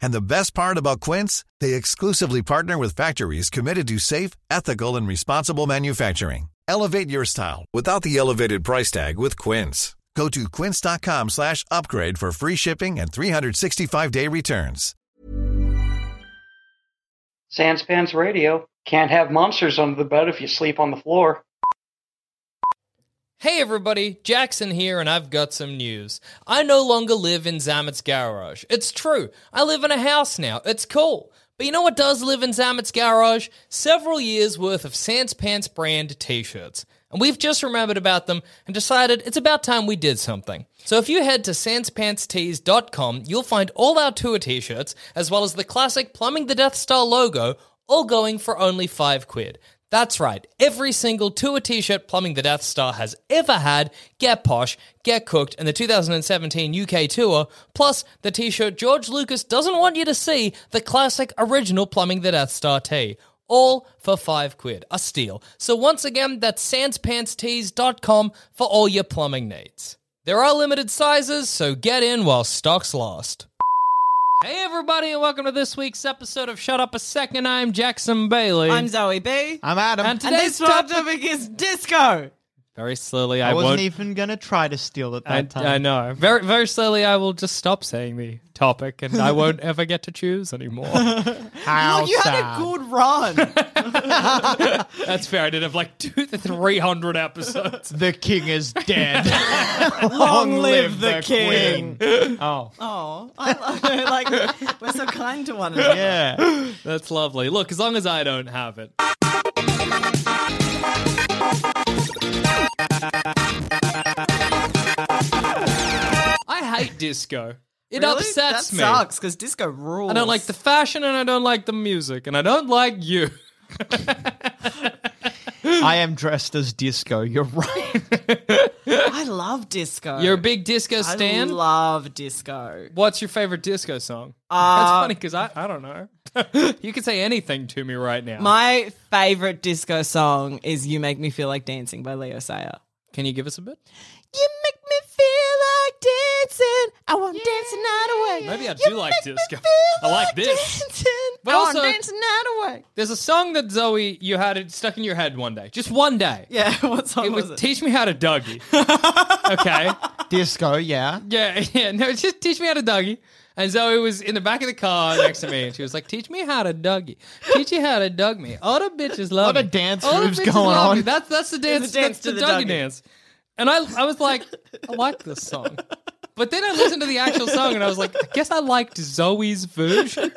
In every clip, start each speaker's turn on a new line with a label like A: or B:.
A: And the best part about Quince, they exclusively partner with factories committed to safe, ethical, and responsible manufacturing. Elevate your style without the elevated price tag with Quince. Go to quince.com slash upgrade for free shipping and 365-day returns.
B: Sanspans Radio. Can't have monsters under the bed if you sleep on the floor.
C: Hey everybody, Jackson here, and I've got some news. I no longer live in Zamet's garage. It's true, I live in a house now. It's cool. But you know what does live in Zamet's garage? Several years worth of Sans Pants brand t shirts. And we've just remembered about them and decided it's about time we did something. So if you head to sanspantstees.com, you'll find all our tour t shirts, as well as the classic Plumbing the Death Star logo, all going for only five quid. That's right. Every single tour t-shirt Plumbing the Death Star has ever had, Get Posh, Get Cooked, and the 2017 UK tour, plus the t-shirt George Lucas doesn't want you to see, the classic original Plumbing the Death Star tee. All for five quid, a steal. So once again, that's sanspantstees.com for all your plumbing needs. There are limited sizes, so get in while stock's last. Hey everybody, and welcome to this week's episode of Shut Up a Second. I'm Jackson Bailey.
D: I'm Zoe B.
E: I'm Adam.
C: And
D: and
C: today's
D: this top
C: topic-
D: topic is disco.
C: Very slowly, I,
E: I wasn't
C: won't.
E: even gonna try to steal it that
C: I,
E: time.
C: I know. Very, very slowly, I will just stop saying the topic, and I won't ever get to choose anymore.
E: How
D: Look, you
E: sad.
D: had a good run.
C: That's fair. I did have like two, three hundred episodes.
E: The king is dead.
D: Long live the king.
E: queen.
C: Oh,
D: Oh, I love it. Like, we're so kind to one another.
E: Yeah.
C: that's lovely. Look, as long as I don't have it. I hate disco. It
D: Really?
C: upsets
D: that
C: me.
D: sucks because disco rules.
C: I don't like the fashion, and I don't like the music, and I don't like you.
E: I am dressed as disco. You're right.
D: I love disco.
C: You're a big disco
D: I
C: stan.
D: love disco.
C: What's your favorite disco song? That's
D: Uh,
C: funny because I, I don't know. you can say anything to me right now.
D: My favorite disco song is "You Make Me Feel Like Dancing" by Leo Sayer.
C: can you give us a bit?
D: You make me feel like dancing. I want dancing night away.
C: Maybe I
D: You
C: do like
D: make me
C: disco.
D: feel
C: I like this.
D: Dancing.
C: But
D: I want
C: also-
D: dancing night away.
C: There's a song that Zoe you had it stuck in your head one day, just one day.
D: Yeah, what song
C: It was,
D: was it?
C: teach me how to Dougie. okay.
E: disco, yeah.
C: Yeah, yeah. No, it's just teach me how to Dougie. And Zoe was in the back of the car next to me, and she was like, "Teach me how to Dougie. Teach you how to Doug me. All the bitches love
E: Lot
C: me.
E: of dance
C: All the
E: moves
C: bitches
E: going
C: love
E: on.
C: me." That's that's the dance.
D: a dance
C: that's
D: to
C: the,
D: the
C: Dougie,
D: Dougie.
C: dance. And I I was like, I like this song. But then I listened to the actual song, and I was like, I guess I liked Zoe's version.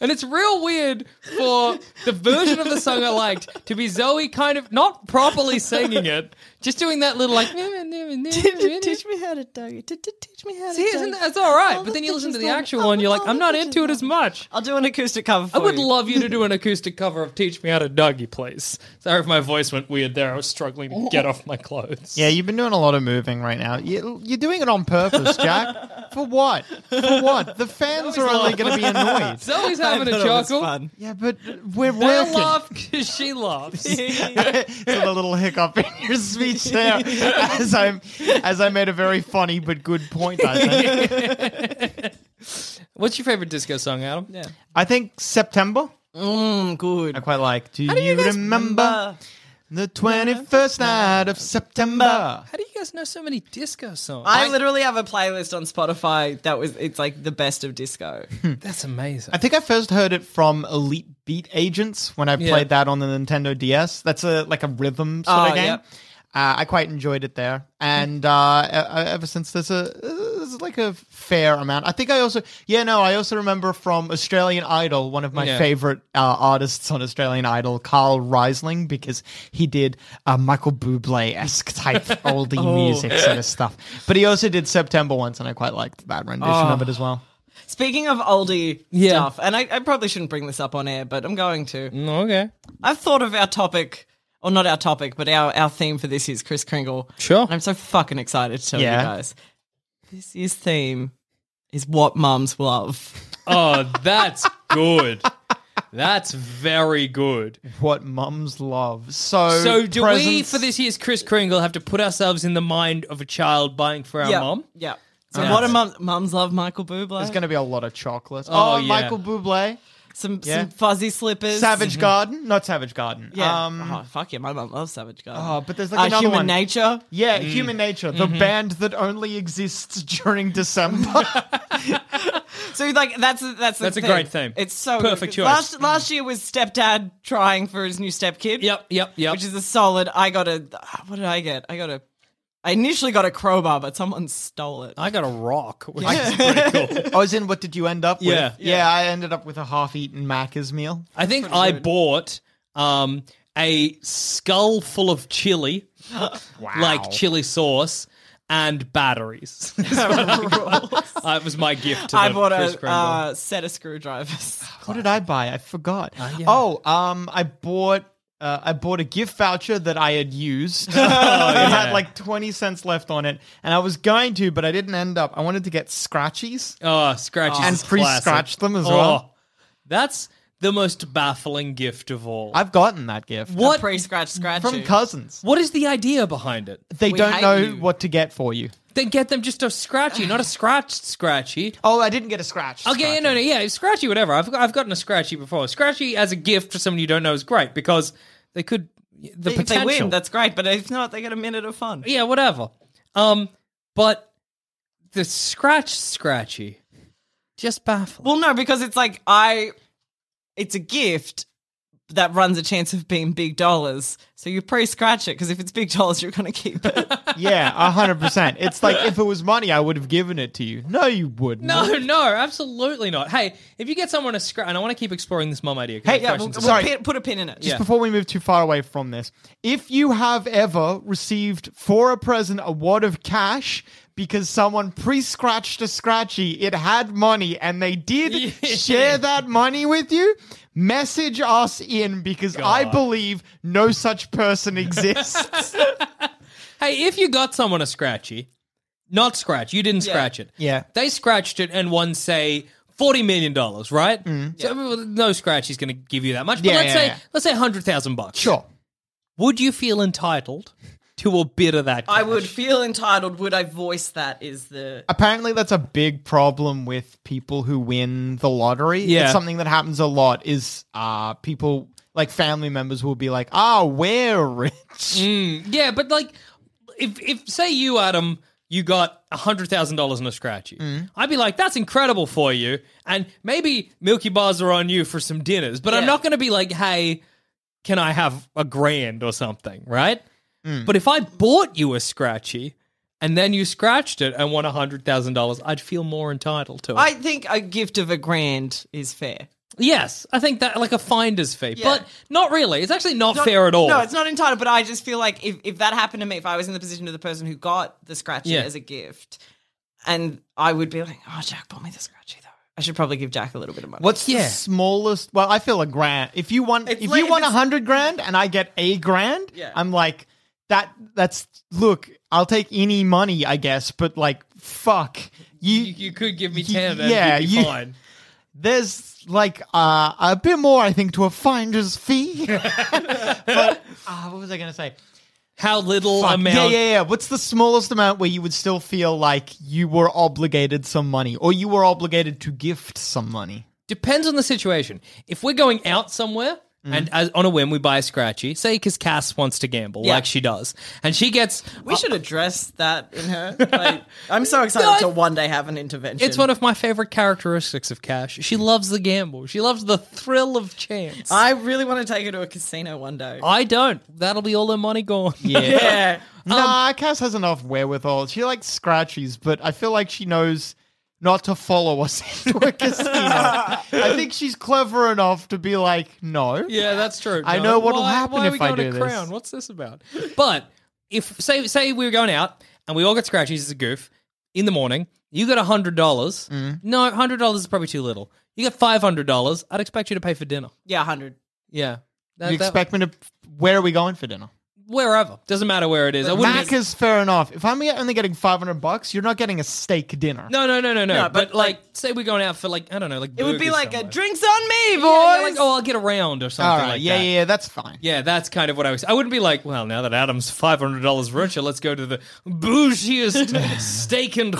C: And it's real weird for the version of the song I liked to be Zoe kind of not properly singing it, just doing that little like.
D: teach me how to Dougie. Teach me how to
C: See, isn't
D: Dougie.
C: that, that's all right.
D: All
C: but
D: the
C: then you listen to
D: bitches
C: the
D: love me.
C: actual
D: All
C: one,
D: the-
C: you're like,
D: all
C: I'm
D: the
C: not
D: bitches
C: into it
D: love
C: as
D: me.
C: much.
D: I'll do an acoustic cover for
C: I would
D: you.
C: love you to do an acoustic cover of "Teach Me How to Dougie," please. Sorry if my voice went weird there. I was struggling to get off my clothes.
E: Yeah, you've been doing a lot of moving right now. You, you're doing it on purpose, Jack. For what? For what? The fans are only going to be annoyed.
C: Zoe's
D: I
C: having a
D: thought it was
C: chuckle.
D: fun.
E: Yeah, but we're
C: They
E: working.
C: laugh because she laughs.
E: to the little hiccup in your speech there, as I as I made a very funny but good point. I think.
C: What's your favorite disco song, Adam? Yeah.
E: I think September.
D: Mm, good.
E: I quite like. Do,
D: How do
E: you,
D: guys
E: remember? The 21st night of September.
C: How do you guys know so many disco songs?
D: I literally have a playlist on Spotify that was it's like the best of disco.
C: That's amazing.
E: I think I first heard it from Elite Beat Agents when I
C: Yeah.
E: played that on the Nintendo DS. That's a like a rhythm sort
D: Oh,
E: of game.
D: yeah.
E: Uh, I quite enjoyed it there, and uh, e- e- ever since there's a there's like a fair amount. I think I also yeah no I also remember from Australian Idol one of my
C: Yeah.
E: favorite uh, artists on Australian Idol, Carl Reisling, because he did uh, Michael Bublé esque type oldie music sort of stuff. But he also did September once, and I quite liked that rendition of it as well.
D: Speaking of oldie
C: Yeah.
D: stuff, and I, I probably shouldn't bring this up on air, but I'm going to.
C: Mm, okay.
D: I've thought of our topic, or not our topic, but our, our theme for this is Chris Kringle.
C: Sure.
D: And I'm so fucking excited to tell
E: Yeah.
D: you guys. This year's theme is what mums love.
C: Oh, that's good. That's very good.
E: What mums love. So,
C: So, do we,
E: presents-
C: for this year's Chris Kringle, have to put ourselves in the mind of a child buying for our
D: yeah.
C: mom?
D: Yeah. So what a mum mums love Michael Bublé.
E: There's going to be a lot of chocolate.
C: Oh,
E: Oh,
C: yeah.
E: Michael Bublé,
D: some
E: Yeah.
D: some fuzzy slippers.
E: Savage Garden, not Savage Garden.
D: Yeah.
E: Um,
C: Uh-huh.
D: oh, fuck yeah, my mum loves Savage Garden.
E: Oh, but there's like
D: uh,
E: another
D: Human
E: one.
D: Nature.
E: yeah,
C: Mm.
E: Human Nature, the
C: Mm-hmm.
E: band that only exists during December.
D: So like that's that's the
C: That's a
D: thing.
C: great theme.
D: It's so
C: Perfect
D: good.
C: choice.
D: Last last year was stepdad trying for his new stepkid.
C: Yep, yep, yep.
D: Which is a solid. I got a. What did I get? I got a. I initially got a crowbar, but someone stole it.
C: I got a rock, which is pretty cool.
E: I was in. What did you end up with?
C: Yeah.
E: yeah. I ended up with a half-eaten Macca's meal.
C: I think I bought um, a skull full of chili, like chili sauce, and batteries. That's what I got. Uh, it was my gift to
D: I
C: the
D: bought
C: Kris
D: a
C: Kringle.
D: uh, set of screwdrivers.
E: What did I buy? I forgot. Oh, um, I bought. Uh, I bought a gift voucher that I had used. it had like 20 cents left on it. And I was going to, but I didn't end up. I wanted to get Scratchies.
C: oh, scratches
E: and
C: is classic.
E: pre-scratch them as
C: Oh,
E: well.
C: That's the most baffling gift of all.
E: I've gotten that gift.
C: what
D: Pre scratch scratch.
E: From cousins.
C: What is the idea behind it?
E: They
D: We
E: don't
D: hate
E: know
D: you.
E: what to get for you.
C: Then get them just a scratchy, not a scratched scratchy.
E: Oh, I didn't get a scratch.
C: Okay, yeah, no, no, yeah, scratchy, whatever. I've I've gotten a scratchy before. Scratchy as a gift for someone you don't know is great because they could the
D: If
C: potential.
D: they win, that's great. But if not, they get a minute of fun.
C: yeah, whatever. Um, but the scratch scratchy, just baffling.
D: Well, no, because it's like I, it's a gift that runs a chance of being big dollars. So you pre-scratch it because if it's big dollars, you're gonna keep it.
E: Yeah, hundred percent. It's like if it was money, I would have given it to you. No, you wouldn't.
C: no, no, absolutely not. Hey, if you get someone a scratch, and I want to keep exploring this mom idea. 'cause
E: Hey,
C: the
E: yeah,
D: we'll,
C: questions are-
D: we'll pin, put a pin in it.
C: Yeah.
E: Before we move too far away from this, if you have ever received for a present a wad of cash because someone pre-scratched a scratchy, it had money, and they did
C: Yeah.
E: share that money with you, message us in because I
C: God.
E: believe no such person exists.
C: Hey, if you got someone a scratchy, not scratch, you didn't
D: Yeah.
C: scratch it.
E: Yeah.
C: They scratched it and won, say, forty million dollars, right? So well, no scratch is gonna give you that much. But
E: Mm-hmm. Yeah,
C: let's
E: yeah,
C: say
E: yeah.
C: let's say hundred thousand bucks.
E: sure.
C: Would you feel entitled to a bit of that?
D: I
C: cash?
D: would feel entitled. Would I voice that? Is the
E: apparently that's a big problem with people who win the lottery.
C: Yeah.
E: It's something that happens a lot is uh people like family members will be like, "Ah, we're rich."
C: Mm. Yeah, but like if if say you, Adam, you got hundred thousand dollars in a scratchy,
D: Mm.
C: I'd be like, that's incredible for you. And maybe Milky Bars are on you for some dinners, but I'm
D: Yeah.
C: not gonna be like, hey, can I have a grand or something, right?
D: Mm.
C: But if I bought you a scratchy and then you scratched it and won hundred thousand dollars, I'd feel more entitled to it.
D: I think a gift of a grand is fair.
C: yes, I think that like a finder's fee,
D: Yeah.
C: but not really. It's actually not, fair at all.
D: No, it's not entitled. But I just feel like if if that happened to me, if I was in the position of the person who got the scratchy
C: Yeah.
D: as a gift, and I would be like, oh, Jack bought me the scratchy though. I should probably give Jack a little bit of money.
E: What's
C: Yeah.
E: the smallest? Well, I feel a grand. If you want
D: It's
E: if
D: like-
E: you
D: if
E: want a
D: it's-
E: 100 grand and I get a grand,
D: Yeah.
E: I'm like that that's look, I'll take any money, I guess, but like fuck. You,
C: you, you could give me
E: Y-
C: ten, and yeah,
E: yeah,
C: be
E: you-
C: fine.
E: there's like uh, a bit more, I think, to a finder's fee. but uh, what was I going to say?
C: How little
E: Fuck.
C: amount?
E: Yeah, yeah, yeah. What's the smallest amount where you would still feel like you were obligated some money or you were obligated to gift some money?
C: Depends on the situation. If we're going out somewhere And as, on a whim, we buy a scratchy, say because Cass wants to gamble,
D: Yeah.
C: like she does, and she gets.
D: We should address that in her. Like, I'm so excited to one day have an intervention.
C: It's one of my favorite characteristics of Cash. She loves the gamble. She loves the thrill of chance.
D: I really want to take her to a casino one day.
C: I don't. That'll be all her money gone.
D: Oh, yeah.
E: nah,
C: Um,
E: Cass has enough wherewithal. She likes scratchies, but I feel like she knows not to follow us into a casino. I think she's clever enough to be like, no.
C: Yeah, that's true.
E: I
C: John.
E: know what'll
C: Why-
E: happen
C: why are
E: if
C: we
E: I
C: going to
E: do this.
C: Crown? What's this about? But if say say we were going out and we all got scratchies as a goof in the morning, you got hundred dollars.
E: Mm.
C: No, hundred dollars is probably too little. You got five hundred dollars. I'd expect you to pay for dinner.
D: Yeah, 100.
C: Yeah, That-
E: You
C: that-
E: expect me to? Where are we going for dinner?
C: wherever doesn't matter where it is. I wouldn't.
E: Mac is fair enough. If I'm only getting five hundred bucks, you're not getting a steak dinner.
C: no, no, no, no, no.
D: No,
C: but,
D: but,
C: like,
D: like-
C: say we're going out for like I don't know, like
D: It would be
C: burgers
D: like a
C: somewhere.
D: drinks on me, boys.
C: Yeah, yeah, like oh, I'll get around or something
E: all right,
C: like
E: yeah,
C: that.
E: yeah, yeah, that's fine.
C: Yeah, that's kind of what I was. I wouldn't be like, well, now that Adam's five hundred dollars richer, let's go to the bougiest steak and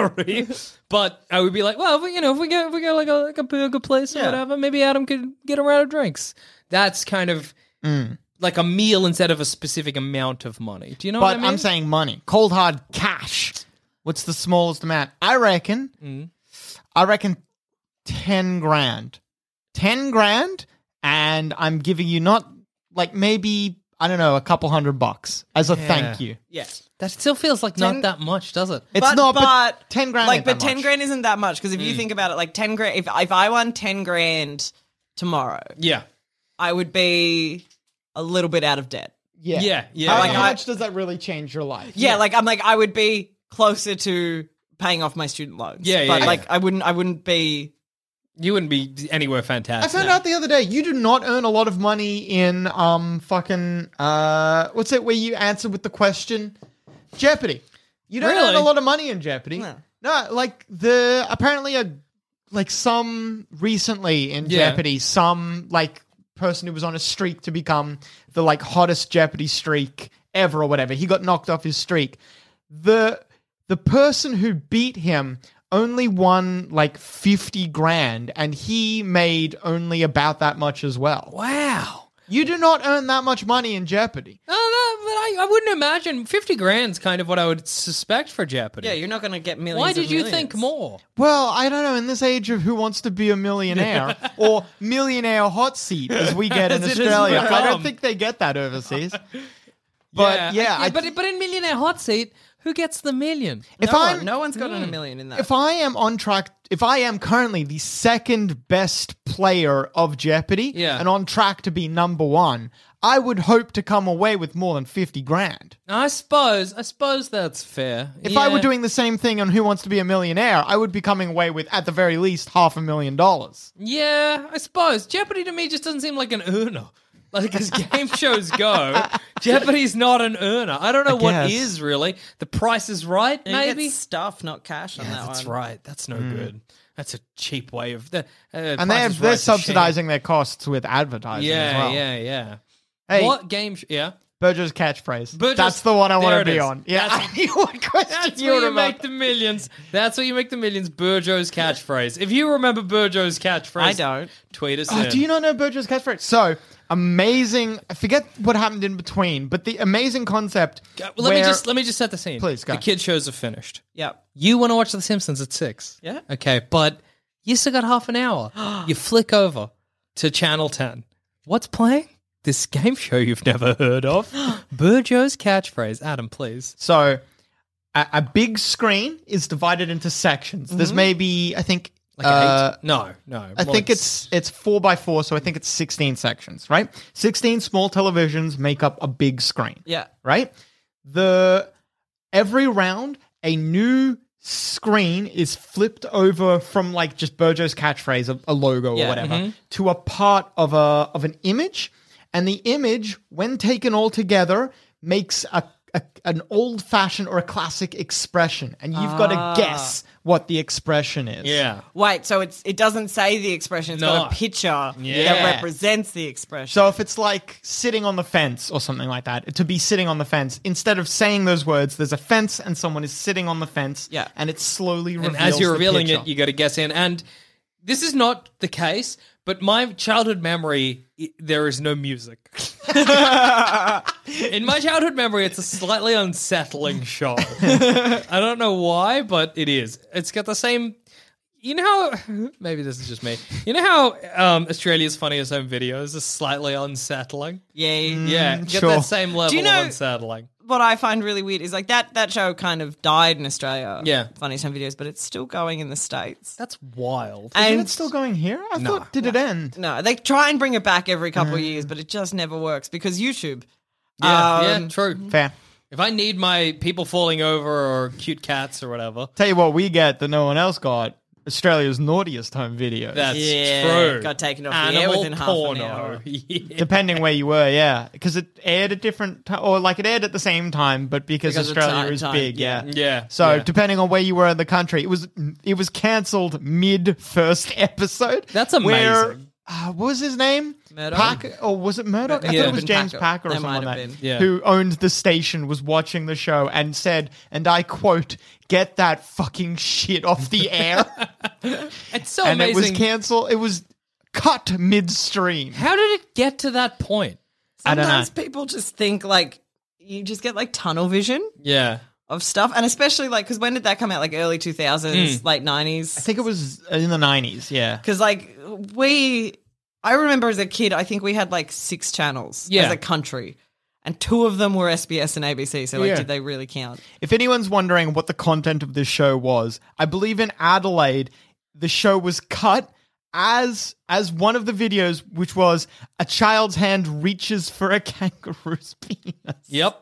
C: winery. But I would be like, well, if we, you know, if we go, if we go like a like a burger place or
D: Yeah.
C: whatever, maybe Adam could get a round of drinks. That's kind of
E: Mm.
C: like a meal instead of a specific amount of money. Do you know what
E: but
C: I mean?
E: I'm saying money, cold hard cash. What's the smallest amount? I reckon. I reckon ten grand. Ten grand, and I'm giving you not like maybe I don't know a couple hundred bucks as a thank you.
D: Yes.
C: that still feels like not that much, does it?
E: It's
D: but,
E: not,
D: but,
E: but, ten grand.
D: Like,
E: ain't
D: but
E: that
D: ten
E: much.
D: grand isn't that much because if you think about it, like ten grand. If if I won ten grand tomorrow,
C: Yeah,
D: I would be a little bit out of debt.
E: Yeah,
C: Yeah, yeah,
E: How,
D: yeah.
E: how much does that really change your life?
D: Yeah, like I'm like I would be closer to paying off my student loans.
C: Yeah, yeah,
D: but
C: yeah.
D: like I wouldn't. I wouldn't be.
C: you wouldn't be anywhere
E: I
C: fantastic.
E: found out the other day you do not earn a lot of money in um fucking uh what's it where you answer with the question Jeopardy. You don't
C: Really?
E: earn a lot of money in Jeopardy. No,
D: No.
E: like the apparently a like some recently in
C: Yeah.
E: Jeopardy, some like person who was on a streak to become the like hottest Jeopardy streak ever or whatever. He got knocked off his streak. The the person who beat him only won like 50 grand and he made only about that much as well.
C: Wow.
E: You do not earn that much money in Jeopardy.
C: Uh, that- but I, I wouldn't imagine fifty grand's kind of what I would suspect for Jeopardy.
D: Yeah, you're not going to get millions.
C: Why
D: of
C: did you
D: millions.
C: think more?
E: Well, I don't know. In this age of who wants to be a millionaire or millionaire hot seat, as we get in
C: As it has
E: Australia, I
C: become.
E: don't think they get that overseas. But yeah, I-
C: but but in Millionaire Hot Seat, who gets the million?
E: if
D: no,
E: I'm
D: one, no one's gotten a million in that.
E: if I am on track, if I am currently the second best player of Jeopardy
C: Yeah.
E: and on track to be number one, I would hope to come away with more than 50 grand.
C: I suppose I suppose that's fair.
E: If I were
C: Yeah.
E: doing the same thing on Who Wants to Be a Millionaire, I would be coming away with, at the very least, half a million dollars.
C: yeah, I suppose Jeopardy to me just doesn't seem like an earner. Like as game shows go, Jeopardy's not an earner. I don't know what
E: guess.
C: is really. The Price is Right,
D: You get
C: maybe.
D: stuff, not cash on that
C: that's
D: one.
C: right. That's no good. That's a cheap way of the. Uh,
E: Hmm. And they're,
C: Price is
E: they're
C: Right's a shame.
E: subsidizing their costs with advertising as
C: Yeah,
E: well.
C: yeah, yeah.
E: Hey,
C: What game? Sh- yeah.
E: Burjo's catchphrase.
C: Burjo's-
E: That's the one I
C: there
E: want
C: it
E: to be
C: is.
E: on. Yeah,
C: That's-
E: I knew what question
C: That's
E: you
C: where
E: would
C: you
E: have asked.
C: make the millions. That's where you make the millions. Burjo's catchphrase. If you remember Burjo's catchphrase,
D: I don't.
C: Tweet us.
E: Oh,
C: in.
E: do you not know Burjo's catchphrase? So amazing. I forget what happened in between, but the amazing concept.
C: Uh, Let me
E: where-
C: just let me just set the scene.
E: Please, go.
C: The kid shows are finished.
D: Yep.
C: You want to watch The Simpsons at six?
D: Yeah.
C: Okay, but you still got half an hour. you flick over to Channel Ten. What's playing? This game show you've never heard of. Burjo's catchphrase. Adam, please.
E: So a, a big screen is divided into sections. There's maybe I think
C: Like an
E: uh,
C: eight? No, no.
E: I
C: more
E: think
C: like
E: it's it's four by four, so I think it's sixteen sections, right? Sixteen small televisions make up a big screen.
D: Yeah.
E: right? The every round a new screen is flipped over from like just Burjo's catchphrase, a, a logo or
D: Yeah,
E: whatever, to a part of a of an image, and the image, when taken all together, makes a, a an old fashioned or a classic expression, and you've got to guess what the expression is.
C: yeah.
D: Wait, so it's it doesn't say the expression. It's
C: No.
D: got a picture
C: Yeah.
D: that represents the expression.
E: So if it's like sitting on the fence or something like that, to be sitting on the fence, instead of saying those words, there's a fence and someone is sitting on the fence.
D: Yeah.
E: And it's slowly
C: and
E: reveals
C: as you're
E: the
C: revealing
E: picture.
C: it, you got to guess in. And this is not the case But my childhood memory, i- there is no music. In my childhood memory, it's a slightly unsettling show. I don't know why, but it is. It's got the same. You know how maybe this is just me. You know how um, Australia's funniest home videos is slightly unsettling.
D: Yay.
C: Yeah, get
E: Mm, sure.
C: that same level
D: you know-
C: of unsettling.
D: What I find really weird is like that that show kind of died in Australia.
C: Yeah.
D: Funny time videos, but it's still going in the States.
C: That's wild.
E: Is
D: And
E: it still going here? I
C: No.
E: thought did it end?
D: no, they try and bring it back every couple of
E: Mm.
D: years, but it just never works because YouTube.
C: yeah, yeah,
D: Um,
C: true.
E: Fair.
C: If I need my people falling over or cute cats or whatever,
E: Tell you what, we get that no one else got. Australia's naughtiest home videos.
C: that's
D: Yeah,
C: true.
D: got taken off the air
C: Animal
D: within half an
C: porno.
D: hour.
C: Yeah.
E: Depending where you were, yeah, because it aired at different time, or like it aired at the same time, but because,
D: Because of
E: Australia
D: time-
E: is
D: time,
E: big, yeah,
C: Yeah,
E: So
C: yeah.
E: depending on where you were in the country, it was it was cancelled mid first episode.
C: That's
E: Where,
C: amazing.
E: uh, what was his name?
D: Murdoch.
E: Parker, or was it Murdoch? I
D: Yeah.
E: thought it was
D: Been
E: James
D: Packer.
E: Packer or
D: That
E: someone
D: might
E: like
D: have
E: that,
D: been.
C: Yeah.
E: who owned the station, was watching the show and said, and I quote, "Get that fucking shit off the air,"
C: It's so
E: and it was
C: amazing.
E: cancelled. It was cut midstream.
C: How did it get to that point?
E: I don't know.
D: Sometimes people just think like you just get like tunnel vision
C: Yeah.
D: of stuff, and especially like because when did that come out? Like early two
E: Mm.
D: thousands, late
E: I
D: nineties.
E: think it was in the nineties. Yeah.
D: Because like we, I remember as a kid, I think we had like six channels
C: Yeah.
D: as a country, and two of them were SBS and ABC. So like,
E: Yeah.
D: did they really count?
E: If anyone's wondering what the content of this show was, I believe in Adelaide, the show was cut as as one of the videos, which was a child's hand reaches for a kangaroo's penis.
C: Yep.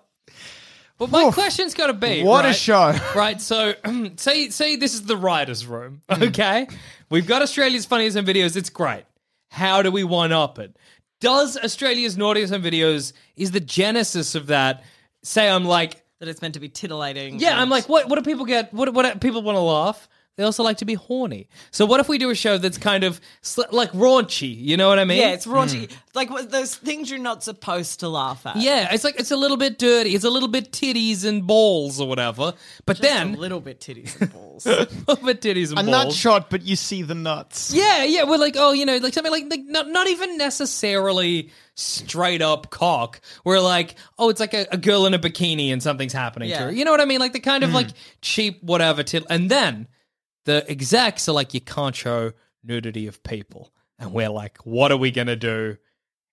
C: But my
E: Oof.
C: question's got to be
E: What a
C: right?
E: show.
C: Right, so say say this is the writers' room,
E: Hmm.
C: okay? We've got Australia's funniest home videos. It's great. How do we one up it? Does Australia's naughtiest home videos is the genesis of that? Say I'm like,
D: That it's meant to be titillating.
C: yeah,
D: and-
C: I'm like, what? What do people get? What? What do people want to laugh? They also like to be horny. So what if we do a show that's kind of sl- like raunchy? You know what I mean?
D: Yeah, it's raunchy. Like what, those things you're not supposed to laugh at.
C: Yeah, it's like it's a little bit dirty. It's a little bit titties and balls or whatever. But
D: Just
C: then
D: a little bit titties and balls.
C: but titties and
E: A nut
C: balls.
E: shot, but you see the nuts.
C: Yeah, yeah, we're like, oh, you know, like something like, like not not even necessarily straight up cock. We're like, oh, it's like a, a girl in a bikini and something's happening to
D: Yeah.
C: her. You know what I mean? Like the kind of like cheap whatever. Tit- and then the execs are like, you can't show nudity of people. And we're like, what are we gonna do?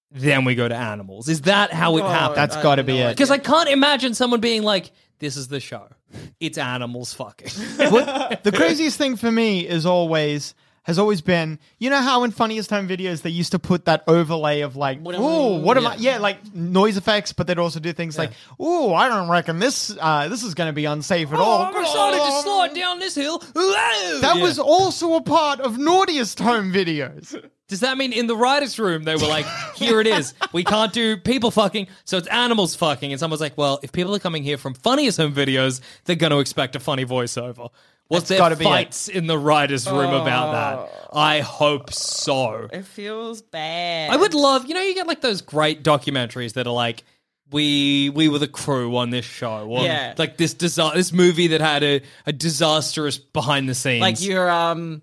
C: Then we go to animals. Is that how it happened?
E: That's got to be it.
C: Because I can't imagine someone being like, "This is the show. It's animals fucking."
E: What- the craziest thing for me is always has always been you know how in funniest home videos they used to put that overlay of like oh what am I yeah like noise effects but they'd also do things like oh I don't reckon this uh, this is going to be unsafe at all
C: Oh, I'm excited to slide down this hill. That
E: that was also a part of naughtiest home videos
C: Does that mean in the writers' room they were like, "Here it is. We can't do people fucking, so it's animals fucking." And someone's like, "Well, if people are coming here from funniest home videos, they're going to expect a funny voiceover." Was
E: That's
C: there
E: gotta be it.
C: fights in the writers' room about that? I hope so.
D: it feels bad.
C: I would love, you know, you get like those great documentaries that are like, we we were the crew on this show, or
D: Yeah.
C: like this disa- this movie that had a, a disastrous behind the scenes,
D: like your um,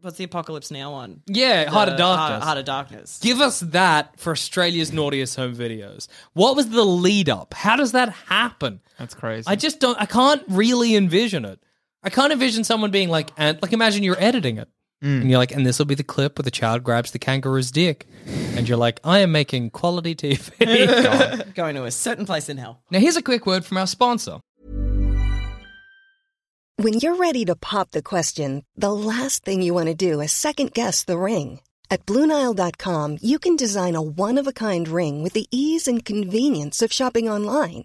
D: what's the apocalypse now one?
C: yeah, Heart of
D: The
C: Darkness.
D: Heart, Heart of Darkness.
C: Give us that for Australia's naughtiest home videos. What was the lead up? How does that happen?
E: that's crazy
C: I just don't. I can't really envision it. I can't envision someone being like, and like imagine you're editing it, and you're like, and this will be the clip where the child grabs the kangaroo's dick, and you're like, I am making quality TV. God.
D: Going to a certain place in hell.
C: Now, here's a quick word from our sponsor.
F: When you're ready to pop the question, the last thing you want to do is second guess the ring. At Bluenile.com, you can design a one of a kind ring with the ease and convenience of shopping online.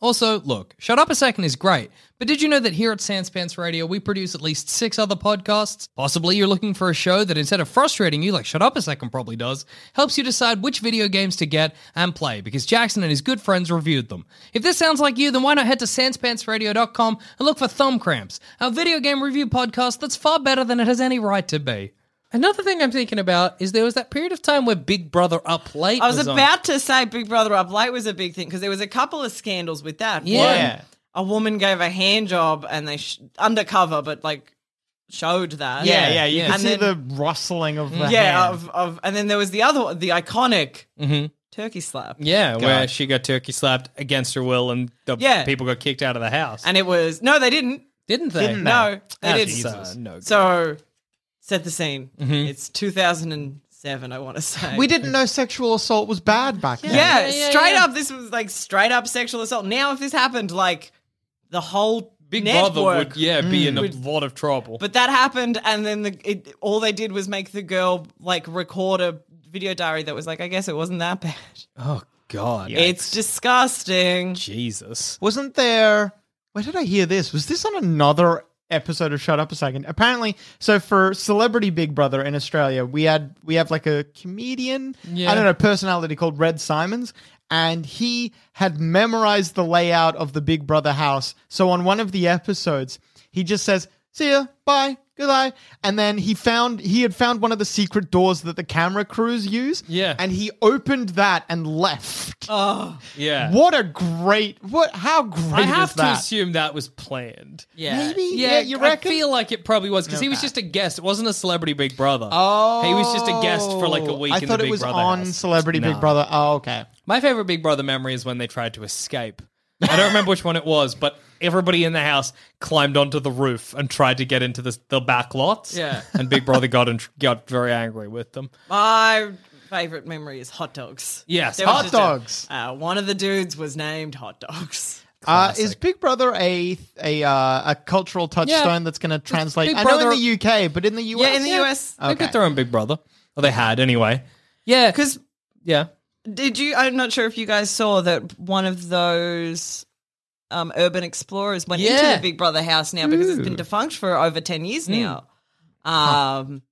C: Also, look, Shut Up a Second is great, but did you know that here at Sanspants Radio, we produce at least six other podcasts? Possibly you're looking for a show that instead of frustrating you, like Shut Up a Second probably does, helps you decide which video games to get and play because Jackson and his good friends reviewed them. If this sounds like you, then why not head to sanspantsradio.com and look for Thumb Cramps, our video game review podcast that's far better than it has any right to be. Another thing I'm thinking about is there was that period of time where Big Brother Up Late
D: I was
C: on.
D: about to say Big Brother Up Late was a big thing because there was a couple of scandals with that.
C: Yeah.
D: One, a woman gave a hand job and they sh- undercover, but like showed that.
E: Yeah, yeah. You
C: yeah.
E: can
D: And
E: see
D: then-
E: the rustling of the
D: yeah.
E: hand.
D: Of, of and then there was the other one, the iconic
C: Mhm.
D: turkey slap.
C: Yeah, where
E: God.
C: she got turkey slapped against her will and the
D: Yeah.
C: people got kicked out of the house.
D: And it was no, they didn't.
C: didn't they?
E: Didn't they?
D: No, they
C: That's
D: didn't.
C: uh, no. good.
D: So set the scene.
C: Mm-hmm.
D: It's 2007. I want to say
E: We didn't know sexual assault was bad back then.
D: Yeah,
C: Yeah, yeah,
D: straight
C: yeah.
D: up. This was like straight up sexual assault. Now, if this happened, like the whole
C: Big
D: network,
C: Brother would yeah be in a
D: Would-
C: lot of trouble.
D: But that happened, and then the it, all they did was make the girl like record a video diary that was like, I guess it wasn't that bad.
C: oh god,
D: It's disgusting.
C: Jesus.
E: Wasn't there? Where did I hear this? Was this on another episode of Shut Up a Second? Apparently, so for Celebrity Big Brother in Australia, we had we have like a comedian,
C: Yeah.
E: I don't know, personality called Red Simons, and he had memorized the layout of the Big Brother house. So on one of the episodes, he just says, "See ya, bye." Goodbye. And then he found he had found one of the secret doors that the camera crews use.
C: Yeah.
E: And he opened that and left.
C: Yeah,
E: What a great! What? How great
C: I have
E: is
C: to
E: that?
C: assume that was planned.
E: Maybe.
C: Yeah,
E: Yeah, you reckon?
C: I feel like it probably was because he was just a guest. It wasn't a celebrity Big Brother. he was just a guest for like a
E: Oh,
C: week.
E: I
C: in
E: thought
C: the
E: it
C: Big
E: was
C: Brother
E: on
C: house.
E: Celebrity
C: Nah.
E: Big Brother. Oh, okay.
C: My favorite Big Brother memory is when they tried to escape. I don't remember which one it was, but everybody in the house climbed onto the roof and tried to get into the, the back lots.
D: Yeah.
C: And Big Brother got in, got very angry with them.
D: My favorite memory is hot dogs.
C: Yes,
D: There was
E: hot
D: just a-
E: dogs.
D: uh, one of the dudes was named Hot Dogs.
E: Uh, is Big Brother a a uh, a cultural touchstone that's going to translate?
C: Big
E: I know
C: Brother-
E: in the UK, but in the US,
D: Yeah, in the US.
C: They got their own Big Brother. Or they had anyway. Yeah.
D: Because
C: yeah.
D: Did you? I'm not sure if you guys saw that one of those um, urban explorers went into
C: Yeah. Hmm.
D: the Big Brother house now because it's been defunct for over ten years now. Um,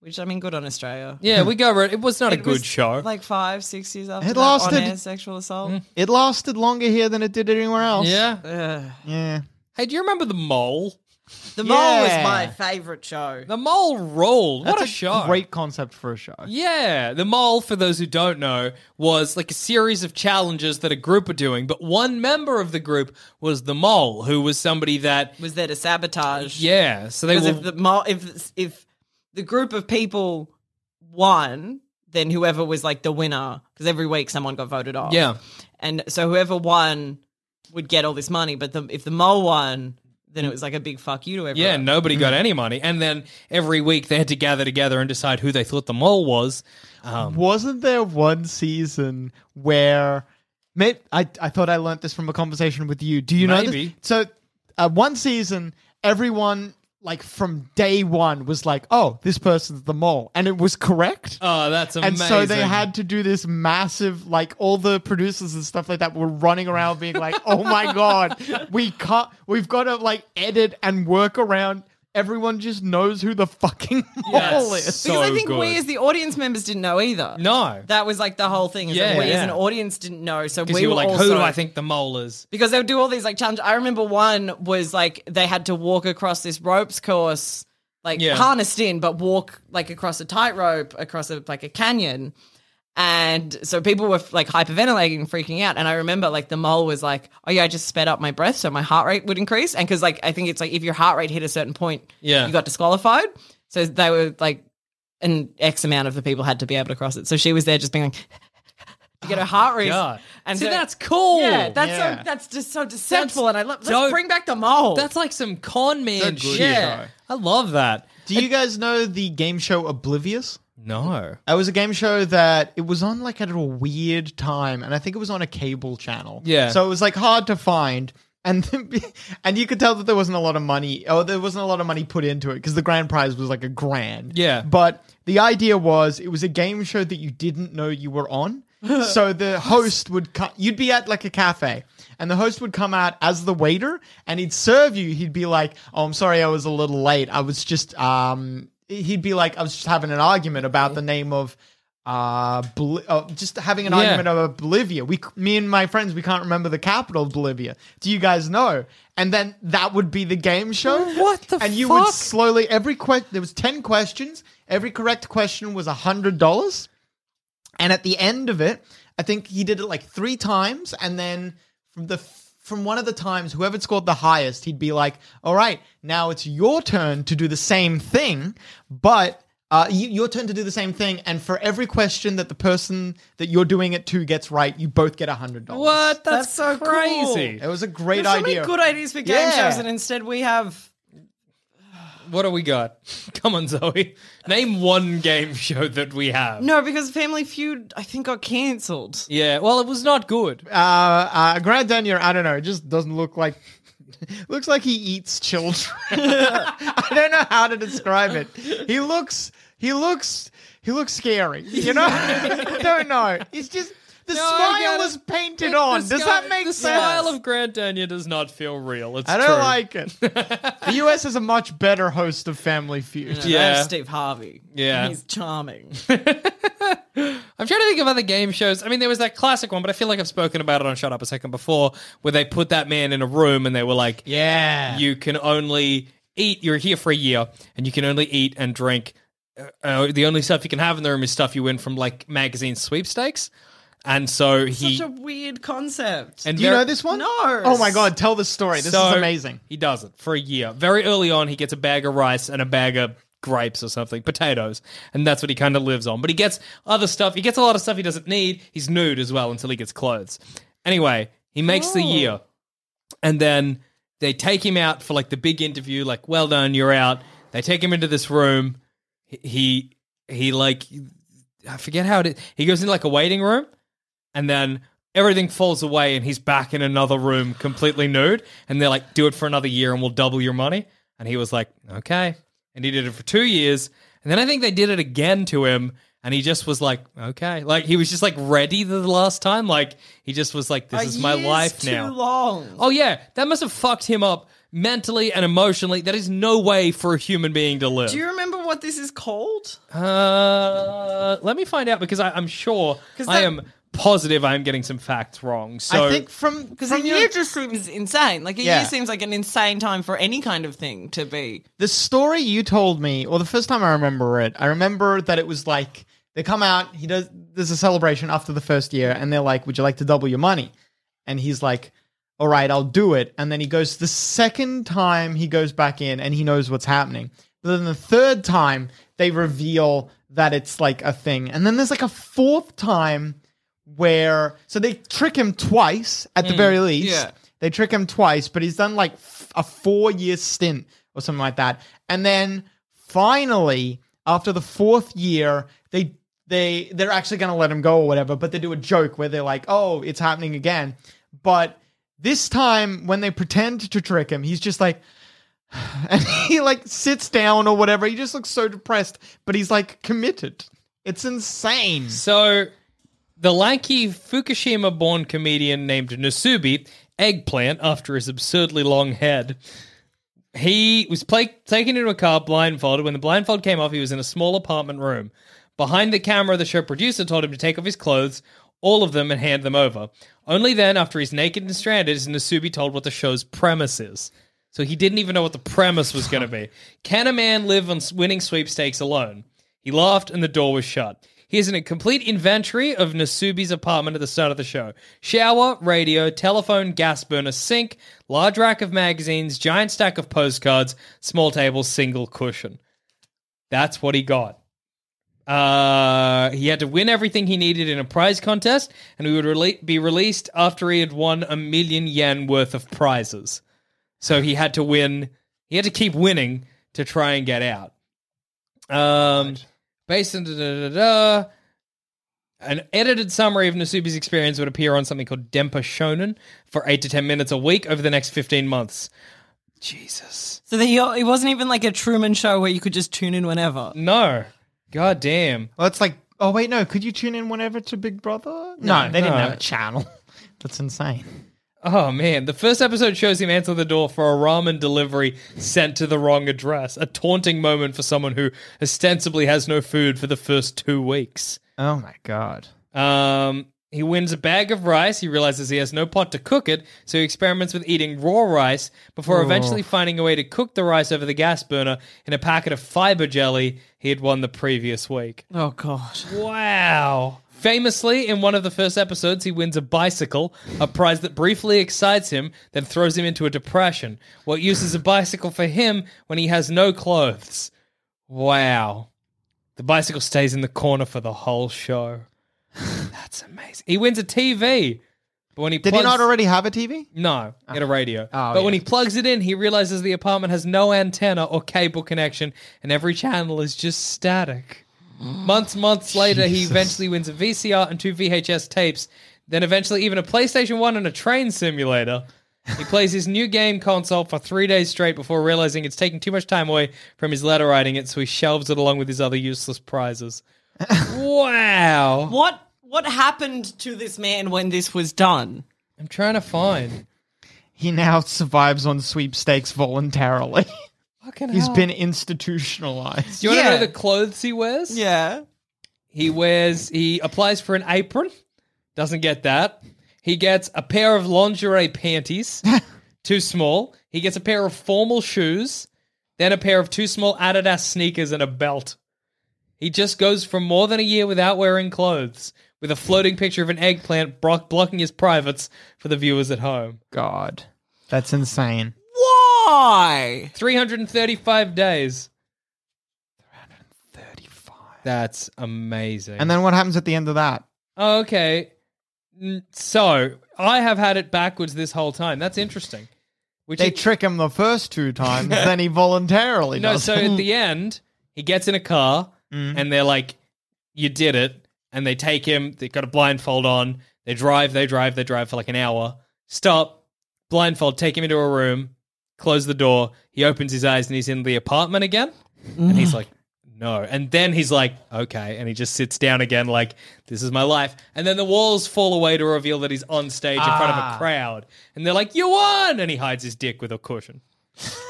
D: Which I mean, good on Australia.
C: Yeah, we go over it. It was not
D: It
C: a good
D: was
C: show. Hmm.
D: Like five, six years after
E: It
D: that,
E: lasted-
D: on-air sexual assault.
E: it lasted longer here than it did anywhere else.
C: yeah.
D: Ugh.
E: yeah.
C: Hey, do you remember The Mole?
D: The Mole was
E: Yeah.
D: my favorite show.
C: The Mole rolled.
E: That's
C: what a, show.
E: Great concept for a show.
C: Yeah, the mole, for those who don't know, was like a series of challenges that a group were doing, but one member of the group was the mole, who was somebody that
D: Was there to sabotage?
C: yeah. So they
D: because
C: were
D: if the mole, if if the group of people won, then whoever was like the winner, because every week someone got voted off.
C: yeah
D: And so whoever won would get all this money, but the, if the mole won, then it was like a big fuck you to
C: yeah
D: everyone.
C: nobody got any money, and then every week they had to gather together and decide who they thought the mole was. Um,
E: Wasn't there one season where may I, I thought I learnt this from a conversation with you. Do you know
C: Maybe.
E: this? So uh, one season everyone like from day 1 was like, "Oh, this person's the mole." And it was correct.
C: Oh, that's
E: and
C: amazing!
E: so they had to do this massive like all the producers and stuff like that were running around being like, "Oh my god, we can't we've got to like edit and work around everyone just knows who the fucking mole
C: Yes.
E: is."
D: Because I
C: so
D: think we
C: good.
D: as the audience members didn't know either.
C: no
D: That was like the whole thing. Is that
C: Yeah,
D: we as
C: yeah.
D: an audience didn't know. So
C: because
D: we
C: you were
D: were
C: like,
D: also,
C: who do I think the mole is?
D: because they would do all these like challenges. I remember one was like they had to walk across this ropes course like
C: Yeah.
D: harnessed in, but walk like across a tightrope, across a, like a canyon. And so people were like hyperventilating, and freaking out. And I remember like the mole was like, "Oh yeah, I just sped up my breath so my heart rate would increase." And because like I think it's like if your heart rate hit a certain point,
C: Yeah.
D: you got disqualified. So they were like, an X amount of the people had to be able to cross it. So she was there just being like, to get her heart rate.
C: God.
D: And
C: See,
D: so-
C: that's cool.
D: Yeah, that's
E: Yeah.
D: So, that's just so deceitful.
C: That's
D: and I love. Let's
C: dope.
D: bring back the mole.
C: That's like some con man
E: That's good
C: shit.
D: Yeah.
C: I love that.
E: Do you guys know the game show Oblivious?
C: No.
E: It was a game show that it was on like at a weird time, and I think it was on a cable channel.
C: Yeah.
E: So it was like hard to find. And and you could tell that there wasn't a lot of money. Oh, there wasn't a lot of money put into it because the grand prize was like a grand.
C: Yeah.
E: But the idea was it was a game show that you didn't know you were on. so the host would cut. You'd be at like a cafe, and the host would come out as the waiter, and he'd serve you. He'd be like, "Oh, I'm sorry, I was a little late. I was just um." He'd be like, "I was just having an argument about the name of." Uh, Bol- uh, just having an
C: Yeah.
E: argument of Bolivia. We, me and my friends, we can't remember the capital of Bolivia. Do you guys know? And then that would be the game show.
C: What the
E: And you would
C: fuck?
E: slowly every question. There was ten questions. Every correct question was a hundred dollars. And at the end of it, I think he did it like three times, and then from the from one of the times, whoever scored the highest, he'd be like, "All right, now it's your turn to do the same thing, but." Uh, y- your turn to do the same thing, and for every question that the person that you're doing it to gets right, you both get a hundred dollars.
C: What? That's,
D: That's
C: so
D: so
C: crazy.
E: It was a
D: There's
E: great
D: so
E: idea.
D: many good ideas for game
E: Yeah.
D: shows, and instead we have
C: What do we got? Come on, Zoe. Name one game show that we have.
D: no because Family Feud I think got cancelled.
C: Yeah, well, it was not good.
E: uh, uh, Grand Denier, I don't know, it just doesn't look like. looks like he eats children. I don't know how to describe it. He looks, he looks, he looks scary. You know, I don't know. It's just the
C: No, I
E: smile
C: get
E: is
C: it.
E: painted
C: The
E: on. Does
C: sky-
E: that make
C: the
E: sense?
C: smile of Grand Daniel does not feel real. It's
E: I don't
C: true.
E: like it. The U.S. is a much better host of Family Feud.
D: You know, they have
C: Yeah.
D: Steve Harvey.
C: Yeah.
D: he's charming.
C: I'm trying to think of other game shows. I mean, there was that classic one, but I feel like I've spoken about it on Shut Up a Second before, where they put that man in a room and they were like,
E: Yeah.
C: you can only eat. You're here for a year, and you can only eat and drink. uh, Uh, the only stuff you can have in the room is stuff you win from like magazine sweepstakes, and so he
D: Such a weird concept.
C: and
E: Do you
C: ver-
E: know this one?
D: No.
E: Oh my god, tell the story. This
C: so
E: is amazing.
C: He does it for a year. Very early on, he gets a bag of rice and a bag of grapes or something, potatoes, and that's what he kind of lives on. But he gets other stuff. He gets a lot of stuff he doesn't need. He's nude as well until he gets clothes. Anyway, he makes
E: Oh.
C: the year, and then they take him out for like the big interview. Like, well done, you're out. They take him into this room. He he, he like I forget how it is. He goes in like a waiting room and then everything falls away and he's back in another room completely nude and they're like do it for another year and we'll double your money and he was like okay and he did it for 2 years and then i think they did it again to him and he just was like okay like he was just like ready the last time like he just was like this
D: A
C: is my
D: year's
C: life
D: too
C: now
D: long.
C: oh yeah that must have fucked him up mentally and emotionally that is no way for a human being to live
D: Do you remember what this is called?
C: uh, let me find out because I, i'm sure
D: 'Cause
C: i
D: that-
C: am positive i'm getting some facts wrong so
E: I think from because
D: Because a year just seems insane. Like a
E: Yeah.
D: year seems like an insane time for any kind of thing to be.
E: the story you told me, or the first time I remember it, I remember that it was like they come out, he does there's a celebration after the first year, and they're like, Would you like to double your money? And he's like, All right, I'll do it. And then he goes the second time he goes back in and he knows what's happening. But then the third time they reveal that it's like a thing. And then there's like a fourth time where so they trick him twice at the very least.
D: yeah.
E: They trick him twice, but he's done like f- a four year stint or something like that. And then finally, after the fourth year, they they they're actually going to let him go or whatever. But they do a joke where they're like, "Oh, it's happening again." But this time, when they pretend to trick him, he's just like. And he like sits down or whatever. He just looks so depressed, but he's like committed. It's insane.
C: So, the lanky Fukushima born comedian named Nasubi, Eggplant, after his absurdly long head, he was pla taken into a car blindfolded. When the blindfold came off, he was in a small apartment room. Behind the camera, the show producer told him to take off his clothes, all of them, and hand them over. Only then, after he's naked and stranded, is Nasubi told what the show's premise is. So he didn't even know what the premise was going to be. Can a man live on s- winning sweepstakes alone? He laughed and the door was shut. Here's an complete inventory of Nasubi's apartment at the start of the show shower, radio, telephone, gas burner, sink, large rack of magazines, giant stack of postcards, small table, single cushion. That's what he got. Uh, he had to win everything he needed in a prize contest, and he would rele- be released after he had won a million yen worth of prizes. So he had to win. He had to keep winning to try and get out. Um, based on da da da da. An edited summary of Nasubi's experience would appear on something called Dempa Shonen for eight to ten minutes a week over the next fifteen months. Jesus.
D: So that you, it wasn't even like a Truman show where you could just tune in whenever.
C: No. God damn.
E: Well, it's like, oh wait, no. Could you tune in whenever to Big Brother? No, they didn't
C: no.
E: have a channel. That's insane.
C: Oh man. The first episode shows him answer the door for a ramen delivery sent to the wrong address. A taunting moment for someone who ostensibly has no food for the first two weeks.
E: Oh my god.
C: Um he wins a bag of rice. He realizes he has no pot to cook it, so he experiments with eating raw rice before eventually finding a way to cook the rice over the gas burner in a packet of fiber jelly he had won the previous week.
D: Oh god.
C: Wow. Famously, in one of the first episodes, he wins a bicycle, a prize that briefly excites him, then throws him into a depression. What use is a bicycle for him when he has no clothes? Wow. The bicycle stays in the corner for the whole show. That's amazing. He wins a TV. But when he
E: Did
C: plugs-
E: he not already have a TV?
C: no, get a radio.
E: Oh,
C: but when
E: yeah.
C: he plugs it in, he realizes the apartment has no antenna or cable connection, and every channel is just static. Months, months later, he eventually wins a VCR and two VHS tapes, then eventually even a PlayStation 1 and a train simulator. He plays his new game console for three days straight before realizing it's taking too much time away from his letter writing it, so he shelves it along with his other useless prizes. wow.
D: What what happened to this man when this was done?
C: I'm trying to find.
E: He now survives on sweepstakes voluntarily.
C: Fucking
E: He's
C: hell.
E: been institutionalized.
C: Do you want to
D: Yeah.
C: know the clothes he wears?
D: Yeah.
C: He wears, he applies for an apron, doesn't get that. He gets a pair of lingerie panties, too small. He gets a pair of formal shoes, then a pair of too small Adidas sneakers and a belt. He just goes for more than a year without wearing clothes, with a floating picture of an eggplant bro- blocking his privates for the viewers at home.
E: God, that's insane.
D: Why?
C: 335 days. 335. That's amazing.
E: And then what happens at the end of that?
C: Oh, okay. N- So I have had it backwards this whole time. That's interesting. Which
E: They
C: is-
E: trick him the first two times, then he voluntarily
C: no.
E: does
C: So
E: it. Mm-hmm.
C: at the end, he gets in a car, and they're like, "You did it!" And they take him. They got a blindfold on. They drive. They drive. They drive for like an hour. Stop. Blindfold. Take him into a room. Close the door. He opens his eyes and he's in the apartment again. And
E: Mm.
C: he's like, no. And then he's like, okay. And he just sits down again, like, this is my life. And then the walls fall away to reveal that he's on stage in front of a
E: Ah.
C: crowd. And they're like, you won. And he hides his dick with a cushion.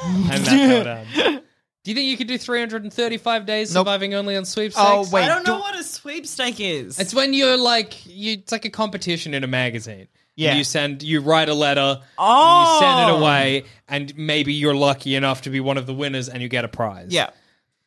C: and that's how it ends. Do you think you could do 335 days
E: Nope.
C: surviving only on sweepstakes?
E: Oh, wait.
D: I don't know
E: do-
D: what a sweepstake is.
C: It's when you're like, you, it's like a competition in a magazine.
E: Yeah.
C: You send, you write a letter,
D: Oh.
C: you send it away, and maybe you're lucky enough to be one of the winners and you get a prize.
D: yeah.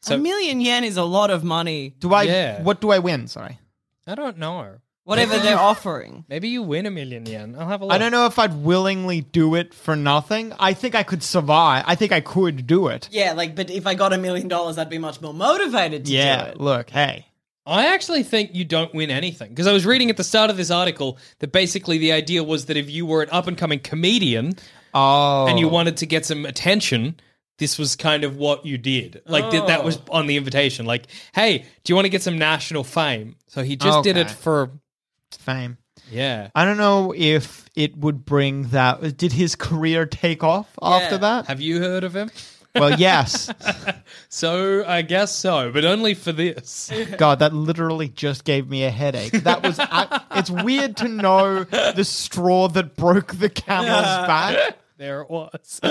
C: So-
D: a million yen is a lot of money.
E: do I?
C: Yeah.
E: What do I win? Sorry,
C: I don't know.
D: Whatever they're offering.
C: Maybe you win a million yen. I'll have a look.
E: I don't know if I'd willingly do it for nothing. I think I could survive. I think I could do it.
D: Yeah, like, but if I got a million dollars, I'd be much more motivated to do
E: Yeah,
D: it.
E: look, hey,
C: I actually think you don't win anything because I was reading at the start of this article that basically the idea was that if you were an up and coming comedian
E: oh,
C: and you wanted to get some attention, this was kind of what you did. Like that, that was
E: Oh.
C: on the invitation. Like, hey, do you want to get some national fame? So he just did it
E: Okay.
C: for
E: fame.
C: yeah.
E: I don't know if it would bring that. Did his career take off after that?
C: Have you heard of him?
E: Well, yes.
C: So I guess so, but only for this.
E: God, that literally just gave me a headache. That was. I, it's weird to know the straw that broke the camel's back.
C: There it was.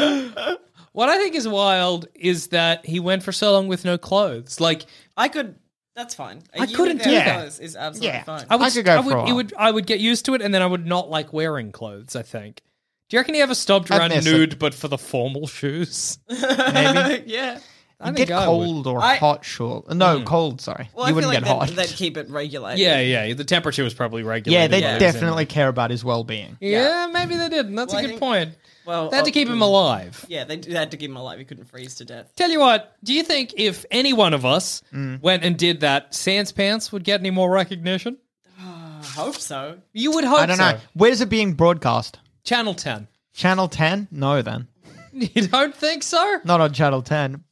C: what I think is wild is that he went for so long with no clothes. Like
D: I could. That's fine. I
C: I couldn't do that.
D: Is absolutely
E: Yeah.
D: fine.
E: I could go for a
C: It
E: while.
C: would, I would get used to it, and then I would not like wearing clothes. I think Do you reckon he ever stopped
E: I'd
C: around
E: miss it.
C: nude but for the formal shoes?
E: Maybe
D: yeah.
C: I
E: you
C: think
E: get
C: I would.
E: cold or
D: I- Mm.
E: hot, sure. No, cold. Sorry,
D: Well,
E: you
D: I feel
E: wouldn't
D: like
E: get
D: that,
E: hot.
D: that'd keep it regulated.
C: Yeah, yeah. The temperature was probably
E: yeah,
C: regulated.
E: they
C: while he was in
E: definitely care about his well-being.
C: there. Yeah, maybe they didn't. That's
D: Well,
C: a
D: I
C: good
D: think-
C: point.
D: Well,
C: They had to keep him alive.
D: Yeah, they, they had to keep him alive. He couldn't freeze to death.
C: Tell you what, do you think if any one of us
E: Mm.
C: went and did that, Sans Pants would get any more recognition?
D: I hope so.
C: You would hope
E: I don't
C: so.
D: uh,
E: know. Where's it being broadcast?
C: Channel 10.
E: Channel ten? No, then
C: You don't think so?
E: not on Channel ten.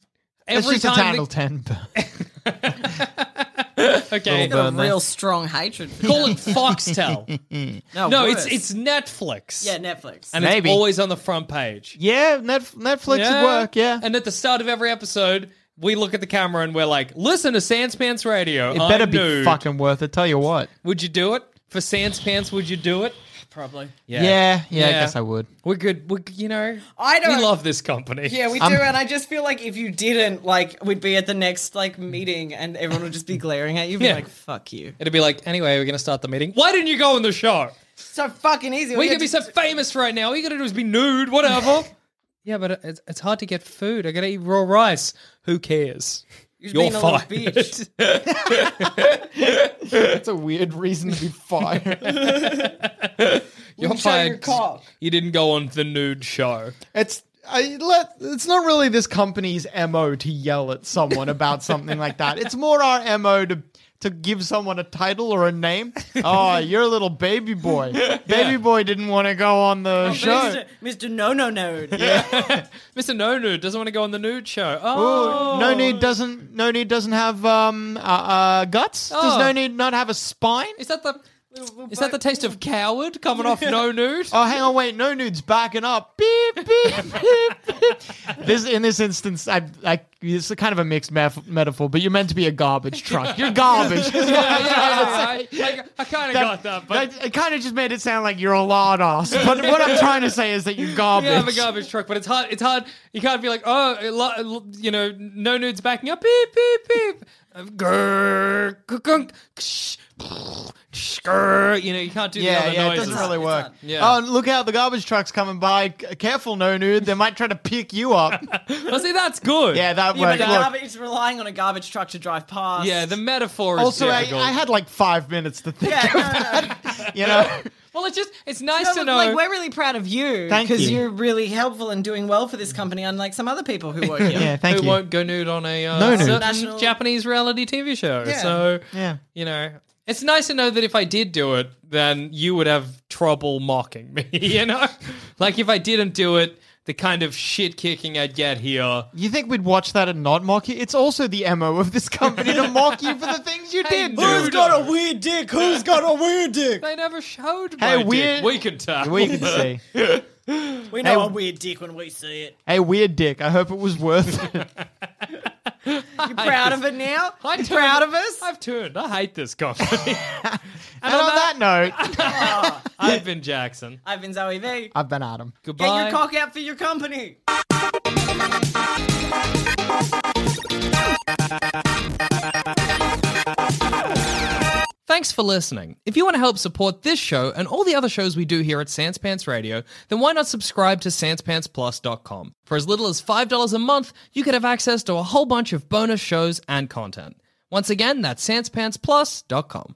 C: Every
E: it's just a
C: time.
E: Channel ten.
C: the- okay.
E: Little
D: Got
E: bit.
D: a
E: Burn there.
D: real strong hatred. For
C: Call
D: that.
C: it Foxtel.
D: No,
C: no,
D: worse.
C: it's it's Netflix.
D: yeah Netflix.
C: and
E: Maybe.
C: it's always on the front page.
E: yeah, Netf- Netflix would work. Yeah,
C: And at the start of every episode, we look at the camera and we're like, "Listen to Sans Pants Radio."
E: it
C: I'm
E: better be
C: nude."
E: fucking worth it. Tell you what.
C: Would you do it for Sans Pants? Would you do it?
D: Probably.
E: Yeah, yeah, I guess I would.
C: We're good. We, you know,
D: I don't-
C: We love this company.
D: Yeah, we do, and I just feel like if you didn't, like, we'd be at the next like meeting, and everyone would just be glaring at you, be
C: Yeah.
D: like, "Fuck you."
C: It'd be like, anyway, we're gonna start the meeting. Why didn't you go on the show?
D: So fucking easy.
C: We
D: had
C: could be so
D: to-
C: famous right now. All you gotta do is be nude, whatever. yeah, but it's, it's hard to get food. I gotta eat raw rice. Who cares?
D: You're
C: You're
D: being a little
C: fired.
D: bitch.
E: That's a weird reason to be fired.
C: You're
D: show your
C: fired.
D: cock.
C: You didn't go on the nude show.
E: it's I let. It's not really this company's mo to yell at someone about something like that. It's more our mo to to give someone a title or a name. Oh, you're a little baby boy. Baby boy didn't want to go on the
D: Oh,
E: show.
D: Mr. Mr. No No No.
C: Mr. No Nude doesn't want to go on the nude show. Oh,
E: Ooh, no need doesn't. No need doesn't have um uh, uh guts. Does
C: Oh.
E: no need not have a spine?
C: Is that the is that the taste of coward coming off no nude?
E: Oh, hang on, wait. No nude's backing up. Beep, beep, beep, beep. This, in this instance, I, I, it's a kind of a mixed mef- metaphor, but you're meant to be a garbage truck. You're garbage.
C: yeah, yeah, yeah, I, kind of got that, but
E: That- it kind of just made it sound like you're a lot ass. But what I'm trying to say is that you're garbage.
C: yeah, I'm a garbage truck. But it's hard. It's hard. You can't be like, oh, a lo- you know, no nudes backing up. Beep beep beep. Um, grrr, kunk, ksh, brrr, sh, grrr. You know, you can't do the
E: Yeah,
C: other
E: yeah, it
C: noises.
E: doesn't really work.
C: Yeah.
E: Oh, look out, the garbage truck's coming by. C- Careful, no nude. They might try to pick you up.
C: Well, see, that's good.
E: Yeah, that
D: Yeah, but
E: worked.
D: a
E: Look,
D: garbage, it's relying on a garbage truck to drive past.
C: yeah. The metaphor is
E: also, I,
C: difficult.
E: I had like five minutes to think,
D: Yeah, no, no.
E: you know?
C: well, it's just it's nice
D: No,
C: to
D: look,
C: know.
D: Like we're really proud of you
E: Thank
D: because
E: you.
D: you. are really helpful and doing well for this company, unlike some other people who work here.
E: Yeah, thank
C: who
E: you.
C: won't go nude on a uh,
E: No nude.
C: certain
D: National-
C: Japanese reality TV show.
D: Yeah.
C: So
E: Yeah.
C: you know, it's nice to know that if I did do it, then you would have trouble mocking me. You know, like if I didn't do it, the kind of shit kicking I'd get here.
E: You think we'd watch that and not mock you? It's also the MO of this company to mock you for the things you
C: Hey,
E: did.
C: Who's got a
D: weird dick? Who's got a weird dick?
C: They never showed
E: Hey,
C: my
E: weird-
C: dick. We can tell.
E: We can see.
D: We know
E: Hey.
D: a weird dick when we see it.
E: Hey, weird dick. I hope it was worth it.
D: You proud of it now?
C: I
D: You
C: turned-
D: proud of us?
C: I've turned. I hate this company.
E: And on that note,
C: I've been Jackson.
D: I've been Zoe V.
E: I've been Adam.
C: Goodbye.
D: Get your cock out for your company.
C: Thanks for listening. If you want to help support this show and all the other shows we do here at Sans Pants Radio, then why not subscribe to SansPantsPlus.com? For as little as $5 a month, you could have access to a whole bunch of bonus shows and content. Once again, that's SansPantsPlus.com.